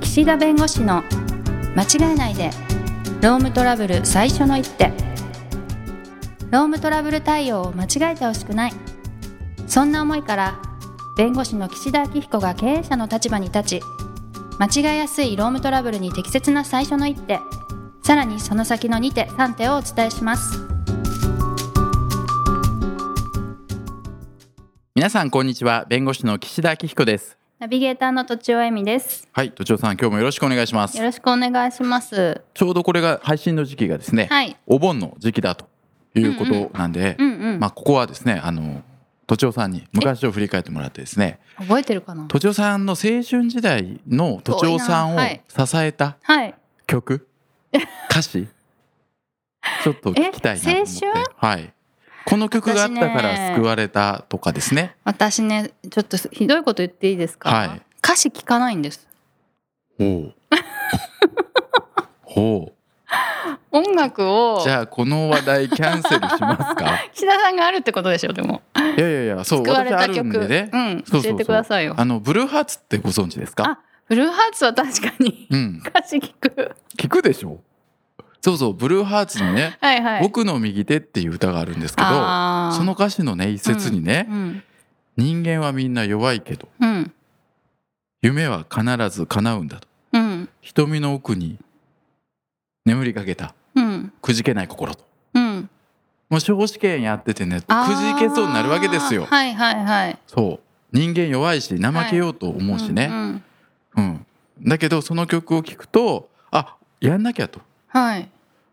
岸田弁護士の間違えないでロームトラブル最初の一手ロームトラブル対応を間違えてほしくないそんな思いから弁護士の岸田明彦が経営者の立場に立ち間違えやすいロームトラブルに適切な最初の一手さらにその先の2手3手をお伝えします皆さんこんにちは弁護士の岸田明彦ですナビゲーターのとちおえみですはい土地さん今日もよろしくお願いしますよろしくお願いしますちょうどこれが配信の時期がですね、はいお盆の時期だということなんで、うんうん、まあここはですねあの土地さんに昔を振り返ってもらってですね覚えてるかな土地さんの青春時代の土地さんを遠支いえたはい 曲、歌詞ちょっと聞きたいなと思ってえ青春はいこの曲があったから救われたとかですね私ねちょっとひどいこと言っていいですか、はい歌詞聞かないんです ほうほう音楽をじゃあこの話題キャンセルしますか 岸田さんがあるってことでしょでもいやいやいやそう救われ私あたるん曲でね、うんそうそうそう教えてくださいよあのブルーハーツってご存知ですかあブルーハーツは確かにうん歌詞聞く聞くでしょそうそうブルーハーツのねはいは「い僕の右手」っていう歌があるんですけどあーその歌詞のね一節にね、うん人間はみんな弱いけどうん夢は必ず叶うんだ」とうん「瞳の奥に眠りかけたうんくじけない心」と。うんもう司法試験やっててねくあーじけそうになるわけですよ。はいはいはいそう人間弱いし怠けようと思うしね、うんうんうん、だけどその曲を聴くとあやんなきゃとはい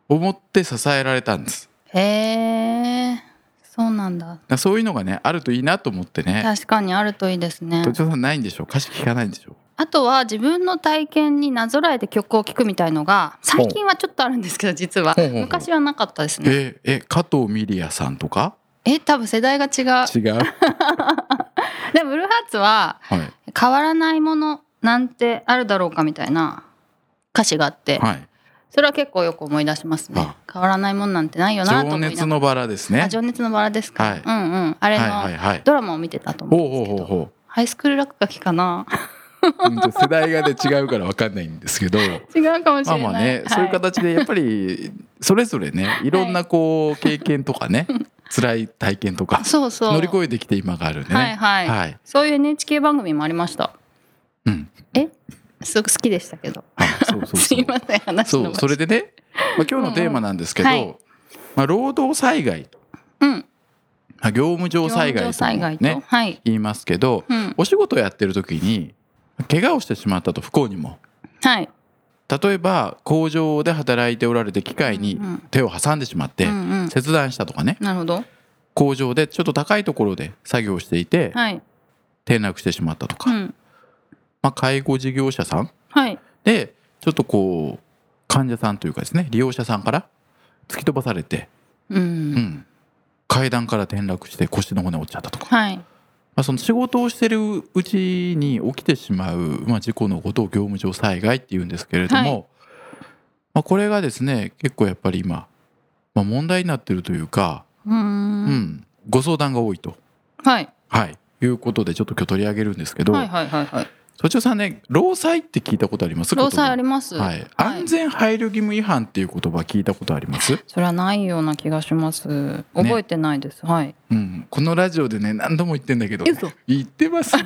思って支えられたんですへえそうなんだだからそういうのがねあるといいなと思ってね確かにあるといいですね土壌さんないんでしょう歌詞聞かないんでしょあとは自分の体験になぞらえて曲を聴くみたいのが最近はちょっとあるんですけど実はほうほうほう昔はなかったですうねええ加藤ミリアさんとかえ多分世代が違う違う、でもブルーハーツははい変わらないものなんてあるだろうかみたいな歌詞があって、はい、それは結構よく思い出しますねあ変わらないもんなんてないよなと思情いながら熱のバラですねあ情熱のバラですか、はいうんうんあれはいの、はいはいドラマを見てたと思ほううんですほうけどほうほハイスクール落書きかな ううんと世代がね違うから分かんないんです けど違うかもしまれなあいまあね、そういうは形でやっぱりそれぞれねいろんなこう経験とかね辛い体験とかそうそう乗り越えてきて今があるんでねはいはい、はいそういう NHK 番組もありましたうんすごく好きでしたけどはいそうそう すそういません話そのうそれでね、まあ、今日のテーマなんですけど、うんうんはいまあ、労働災害、うんまあ、業務上災害業務上とも災害と、ねはい、言いますけどうん、お仕事をやってる時に怪我をしてしまったと不幸にもはい例えば工場で働いておられて機械にうんうん手を挟んでしまってうんうん切断したとかねなるほど工場でちょっと高いところで作業していてはい転落してしまったとうか、んまあ、介護事業者さんはいでちょっとこう患者さんというかですね利用者さんから突き飛ばされて、ううんん、階段から転落して腰の骨折っちゃったとか、はいまあ、その仕事をしてるうちに起きてしまう、まあ、事故のことを業務上災害っていうんですけれども、はいまあ、これがですね結構やっぱり今、まあ、問題になってるというか、うーんうんご相談が多いと、はいはい、いうことでちょっと今日取り上げるんですけど、はいはいはいはいそちらさんね労災って聞いたことあります労災ありります、はい、安全配慮義務違反っていう言葉聞いたことあります、 それはないような気がします覚えてないです、はいうん、このラジオでね何度も言ってんだけどえ嘘言ってますよ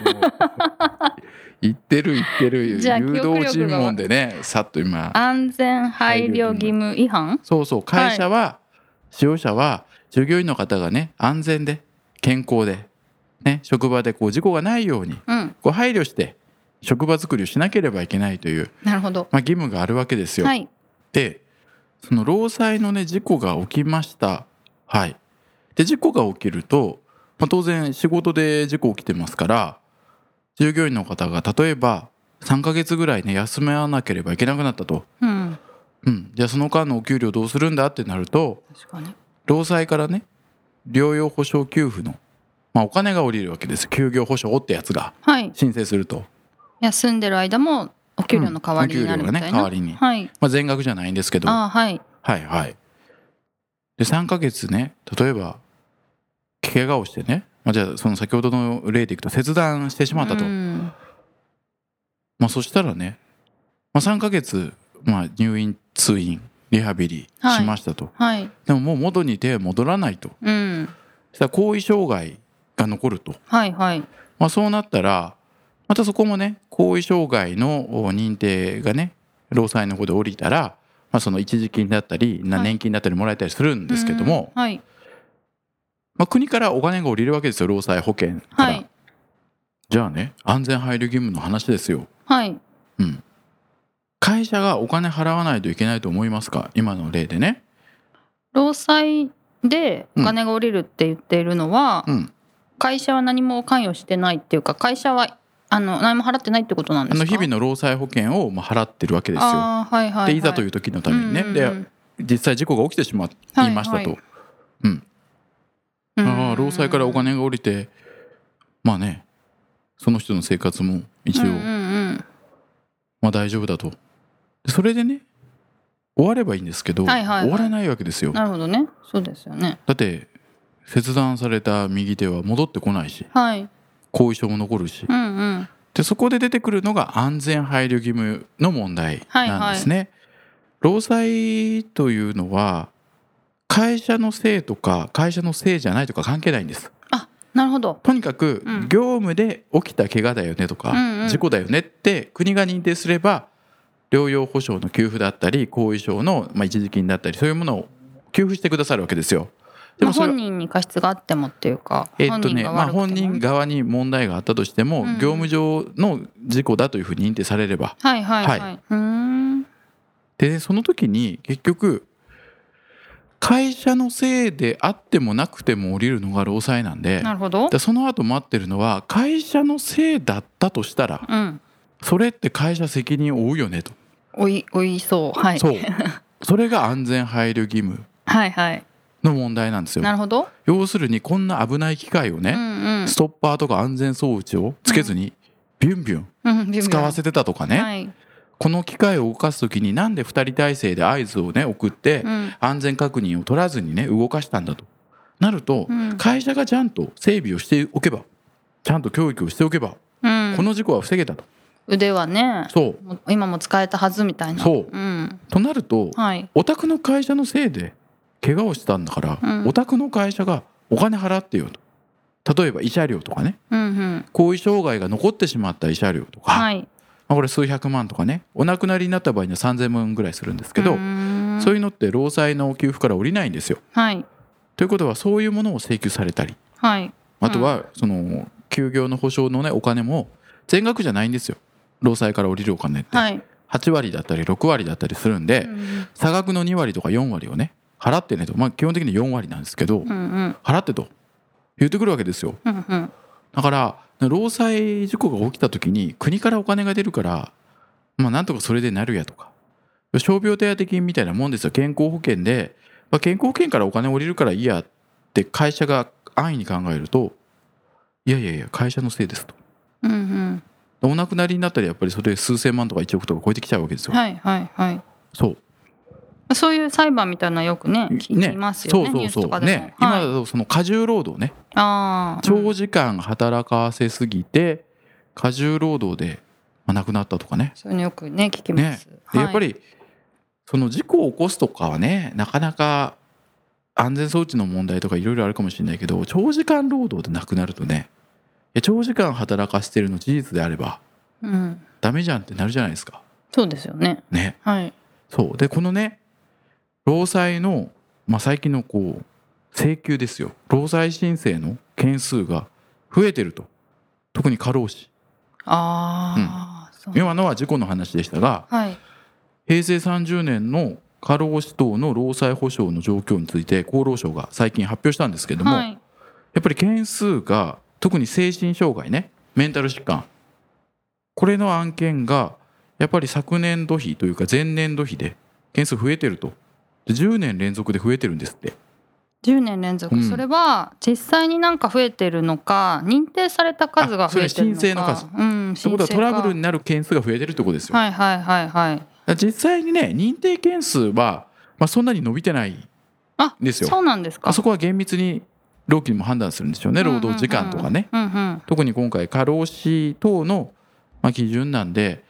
言ってる言ってる誘じゃあ導尋問でねさっと今安全配慮義務違反そうそう会社は、使用者は従業員の方がね安全で健康で、ね、職場でこう事故がないようにうんこう配慮して職場作りをしなければいけないという、なるほどまあ、義務があるわけですよ。はいでその労災のね事故が起きましたはいで事故が起きると、まあ、当然仕事で事故起きてますから従業員の方が例えば3ヶ月ぐらいね休まなければいけなくなったと、うんうん、じゃあその間のお給料どうするんだってなると確かに労災からね療養保障給付の、まあ、お金が下りるわけです休業保障ってやつがはい申請すると、休んでる間もお給料の代わりになるみたいな、うんお給料がね代わりにはいまあ、全額じゃないんですけどあーはいはいはい。で3ヶ月ね例えば怪我をしてね、まあ、じゃあその先ほどの例でいくと切断してしまったと、うんまあ、そしたらねまあ、3ヶ月、まあ、入院通院リハビリしはいましたと、はい。でももう元に手は戻らないとうん。そしたら後遺障害が残ると、はいはい。まあ、そうなったらまたそこもね後遺障害のお認定がね労災の方で降りたら、まあ、その一時金だったりなはい年金だったりもらえたりするんですけども、うんはい。まあ、国からお金が降りるわけですよ労災保険から、はい。じゃあね安全配慮義務の話ですよはい。うん会社がお金払わないといけないと思いますか今の例でね労災でお金が下りるって言っているのは、うん会社は何も関与してないっていうか、会社はあの何も払ってないってことなんであすかの日々の労災保険をまあ払ってるわけですよあーはいはい、はでいざとういう時のためにね、んうんうんで実際事故が起きてしまいましたと、はいはいうんうんああ労災からお金が降りてまあねその人の生活も一う応、んうんまあ大丈夫だとでそれでね終わればいいんですけど、はいはいはい終わらないわけですうよん、なるほどねそうですよねだって切断された右手は戻ってこないしはい後遺症も残るしうんうんでそこで出てくるのが安全配慮義務の問題なんですね。労災というのは会社のせいとか会社のせいじゃないとか関係ないんです。なるほどとにかくうん業務で起きた怪我だよねとか、うんうん事故だよねって国が認定すれば療養保障の給付だったり後遺症のまあ一時金だったりそういうものを給付してくださるわけですよ。でまもあ、それ本人に過失があってもっていうか、えっとね、まあ、悪くても本人側に問題があったとしても、うんうん業務上の事故だというふうに認定されればはいはいはい、はうーんでその時に結局会社のせいであってもなくても降りるのが労災なんでなるほどでその後待ってるのは会社のせいだったとしたらうんそれって会社責任を負うよねと、おいおいそうはいそうそれが安全配慮義務はいはいの問題なんですよなるほど、要するにこんな危ない機械をうね、んストッパーとか安全装置をつけずに、ビュンビュンうんうんビュンビュン使わせてたとかね、はいこの機械を動かす時になんで2人体制で合図をね送って、うん安全確認を取らずにね動かしたんだとなると、うん会社がちゃんと整備をしておけばちゃんと教育をしておけば、うん、この事故は防げたと腕はねそうもう今も使えたはずみたいなそううんとなると、はいお宅の会社のせいで怪我をしたんだから、うんお宅の会社がお金払ってよと例えば慰謝料とかねうんうん後遺障害が残ってしまった慰謝料とか、はいまあ、これ数百万とかねお亡くなりになった場合には3,000万ぐらいするんですけど、そそういうのって労災の給付から降りないんですよ。はいということはそういうものを請求されたりはいあとはその休業の保障のねお金も全額じゃないんですよ労災から降りるお金って、はい、 8割だったり6割だったりするんで、うん差額の2割とか4割をね払ってねとまあ基本的に4割なんですけど、うんうん払ってと言ってくるわけですようんうんだから労災事故が起きた時に国からお金が出るからまあなんとかそれでなるやとか傷病手当金みたいなもんですよ健康保険で、まあ、健康保険からお金降りるからいいやって会社が安易に考えるといやいやいや会社のせいですとうんうんお亡くなりになったらやっぱりそれ数千万とか1億とか超えてきちゃうわけですよ、はいはいはいそうそういう裁判みたいなのよくね聞きますよねそうニュースそうとそかうでも、ね、今はいだとその過重労働ねあー長時間働かせすぎて過重労働でまあ亡くなったとかねそういうのよくね聞きます、ではいやっぱりその事故を起こすとかはねなかなか安全装置の問題とかいろいろあるかもしれないけど長時間労働で亡くなるとねいや長時間働かせてるの事実であればうんダメじゃんってなるじゃないですかそうですよねねはいそうでこのね労災の、まあ、最近のこう請求ですよ労災申請の件数が増えてると特に過労死ああ、そう今のは事故の話でしたがはい平成30年の過労死等の労災保障の状況について厚労省が最近発表したんですけども、はやいっぱり件数が特に精神障害ねメンタル疾患これの案件がやっぱり昨年度比というか前年度比で件数増えてるとで10年連続で増えてるんですって10年連続、うんそれは実際になんか増えてるのか認定された数が増えてるのかあそれは申請のうんということ申請はトかラブルになる件数が増えてるってことですよ、はいはいはいはいだから実際にね認定件数は、まあ、そんなに伸びてないあですよそうなんですかあそこは厳密に労基にも判断するんでしょうね労働時間とかね、うんうん特に今回過労死等のまあ基準なんで、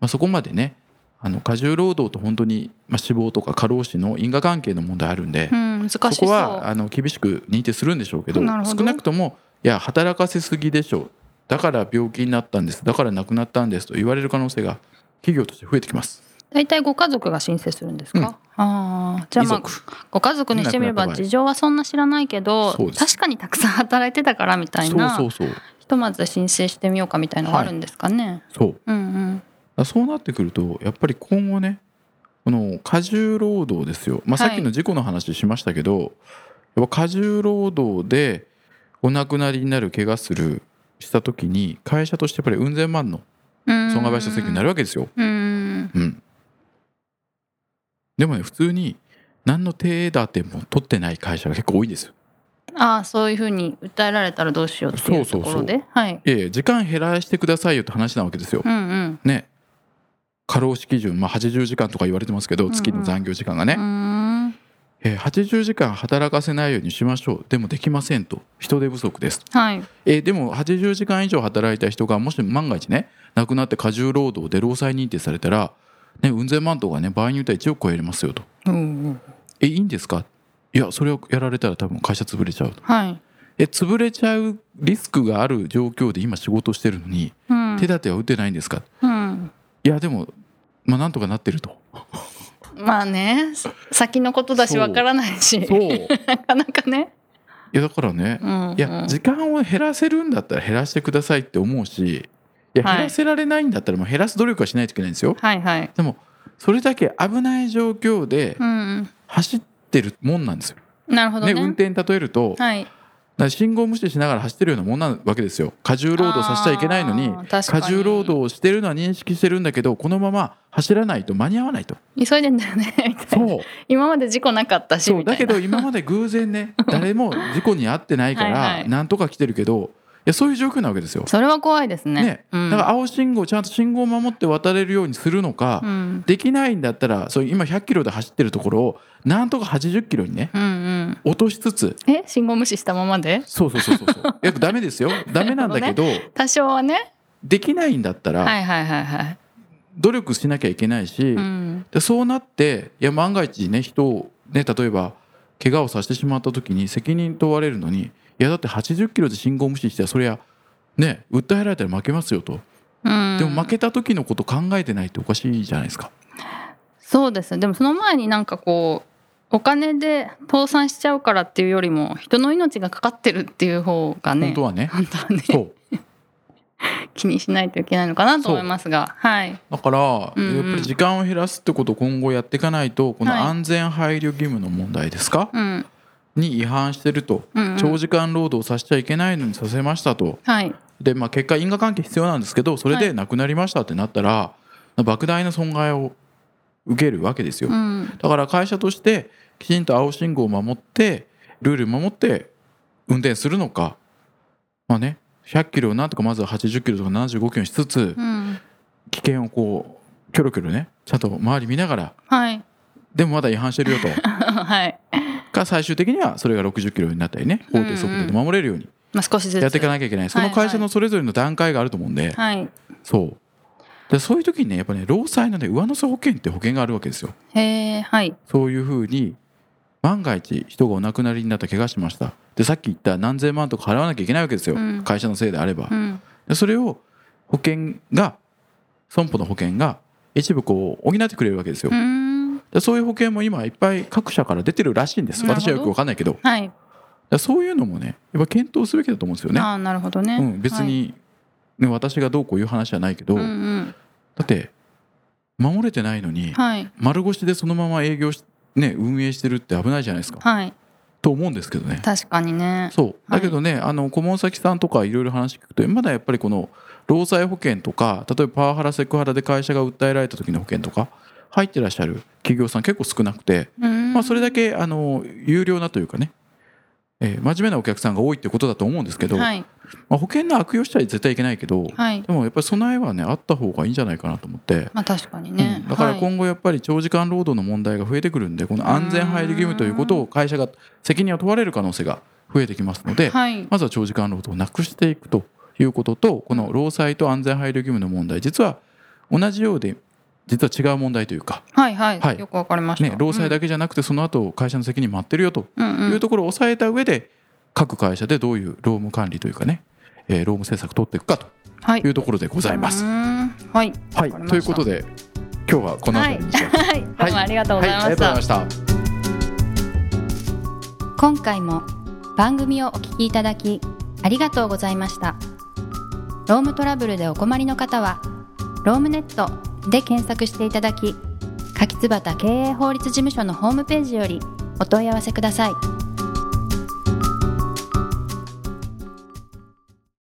まあ、そこまでねあの過重労働と本当に、まあ、死亡とか過労死の因果関係の問題あるんで、うん、難しそう。そこはあの厳しく認定するんでしょうけどなるほ少どなくともいや働かせすぎでしょうだから病気になったんですだから亡くなったんですと言われる可能性が企業として増えてきます。大体ご家族が申請するんですか、うんああじゃあまあ遺族ご家族にしてみれいばなくなった場合事情はそんな知らないけどそうです確かにたくさん働いてたからみたいそうなそうそうひとまず申請してみようかみたいなのがあるんですかね、そううんだそうなってくるとやっぱり今後ねこの過重労働ですよ、まはあ、いさっきの事故の話しましたけど、やっぱ過重労働でお亡くなりになる怪我するした時に会社としてやっぱりうん千万のうんうん損害賠償請求になるるわけですよ。うんうん、でもね普通に何の手立ても取ってない会社が結構多いんですよ。ああそういうふうに訴えられたらどうしようっていうそとうそうこそうろではいいやいや時間減らしてくださいよって話なわけですよ。うんうんね過労死基準、まあ、80時間とか言われてますけどん月の残業時間がね。うーんえー80時間働かせないようにしましょうでもできませんと人手不足です、はいえーでも80時間以上働いた人がもし万が一ね亡くなって過重労働で労災認定されたら、ね、うん千万とかね場合によっては1億超えれますよとうんうんえいいんですかいやそれをやられたら多分会社潰れちゃうとはい、え潰れちゃうリスクがある状況で今仕事してるのにうん手立ては打ってないんですかうん、いやでもまあなんとかなってるとまあねさ先のことだしそうわからないしそういなかなかね、やだからねうんうん、いや時間を減らせるんだったら減らしてくださいって思うしいやはい減らせられないんだったらもう減らす努力はしないといけないんですよ。はいはいでもそれだけ危ない状況でうんうん走ってるもんなんですよ。なるほどね、ね運転に例えるとはい、だから信号無視しながら走ってるようなもんなわけですよ。過重労働させちゃいけないのにあー確か過に重労働をしてるのは認識してるんだけどこのまま走らないと間に合わないと。急いでんだよねみたいなそう今まで事故なかったしそうみただいなけど今まで偶然ね誰も事故に遭ってないか はいはらいなんとか来てるけどいやそういう状況なわけですよ。それは怖いですねねうん、だから青信号ちゃんと信号を守って渡れるようにするのか、うんできないんだったらそう今100キロで走ってるところをなんとか80キロにねうんうん落としつつえ信号無視したままでそうそうそうそう そうやっぱダメですよダメなんだけど多少はねできないんだったはらいはいはいはい、努力しなきゃいけないし、うん、でそうなっていや万が一ね人をね例えば怪我をさせてしまった時に責任問われるのにいやだって80キロで信号無視してそりゃね訴えられたら負けますよと、うん、でも負けた時のこと考えてないっておかしいじゃないですか。そうですねでもその前になんかこうお金で倒産しちゃうからっていうよりも人の命がかかってるっていう方がね本当はね本当はねそう気にしないといけないのかなと思いますがはいだから、うんうんやっぱり時間を減らすってことを今後やっていかないとこのはい安全配慮義務の問題ですか、うんに違反してると、うんうん長時間労働させちゃいけないのにさせましたとはいで、まあ、結果因果関係必要なんですけどそれで亡くなりましたってなったら、莫大な損害を受けるわけですよ、うんだから会社としてきちんと青信号を守ってルール守って運転するのかまあね100キロをなんとかまずは80キロとか75キロにしつつ、うん危険をこうキョロキョロねちゃんと周り見ながらはい でもまだ違反してるよとはい、か最終的にはそれが60キロになったりね法定速度で守れるようにまあ、少しずつやっていかなきゃいけないその会社のそれぞれの段階があると思うんではいそうでそういう時にねやっぱね労災のね上乗せ保険って保険があるわけですよへえはいそういうふうに万が一人がお亡くなりになった怪我しましたでさっき言った何千万とか払わなきゃいけないわけですよ、うん会社のせいであればう、んでそれを保険が損保の保険が一部こう補ってくれるわけですようーんでそういう保険も今いっぱい各社から出てるらしいんですなるほ私どはよくわかんないけどはいだそういうのもねやっぱ検討すべきだと思うんですよね、ああなるほどね、うん、別に、ね私がどうこういう話じゃないけど、はい、うんうんだって守れてないのにはい丸腰でそのまま営業し、ね、運営してるって危ないじゃないですか、はいと思うんですけどね確かにねそうだけどね、あの顧問先さんとかいろいろ話聞くとまだやっぱりこの労災保険とか例えばパワハラセクハラで会社が訴えられた時の保険とか入ってらっしゃる企業さん結構少なくて、ままあ、それだけあの有料なというかね、えー真面目なお客さんが多いってことだと思うんですけど、はいまあ、保険の悪用しちゃ絶対いけないけど、はいでもやっぱり備えはねあった方がいいんじゃないかなと思って、まあ確かにね、うんだからはい今後やっぱり長時間労働の問題が増えてくるんでこの安全配慮義務ということを会社が責任を問われる可能性が増えてきますので、はいまずは長時間労働をなくしていくということとこの労災と安全配慮義務の問題実は同じようで実は違う問題というか、はいはい、はいよくわかりました、ね、労災だけじゃなくてその後会社の責任待ってるよとうんうんいううんところを抑えた上で各会社でどういう労務管理というかね、えー労務政策取っていくかとはいいうところでございます。うーんはいはい、わかりましたということで今日はこの辺りにして、はいどうもありがとうございまはい、ありがとうごしざいたました。今回も番組をお聞きいただきありがとうございましたロームトラブルでお困りの方は「ロームネット」で検索していただき柿椿経営法律事務所のホームページよりお問い合わせください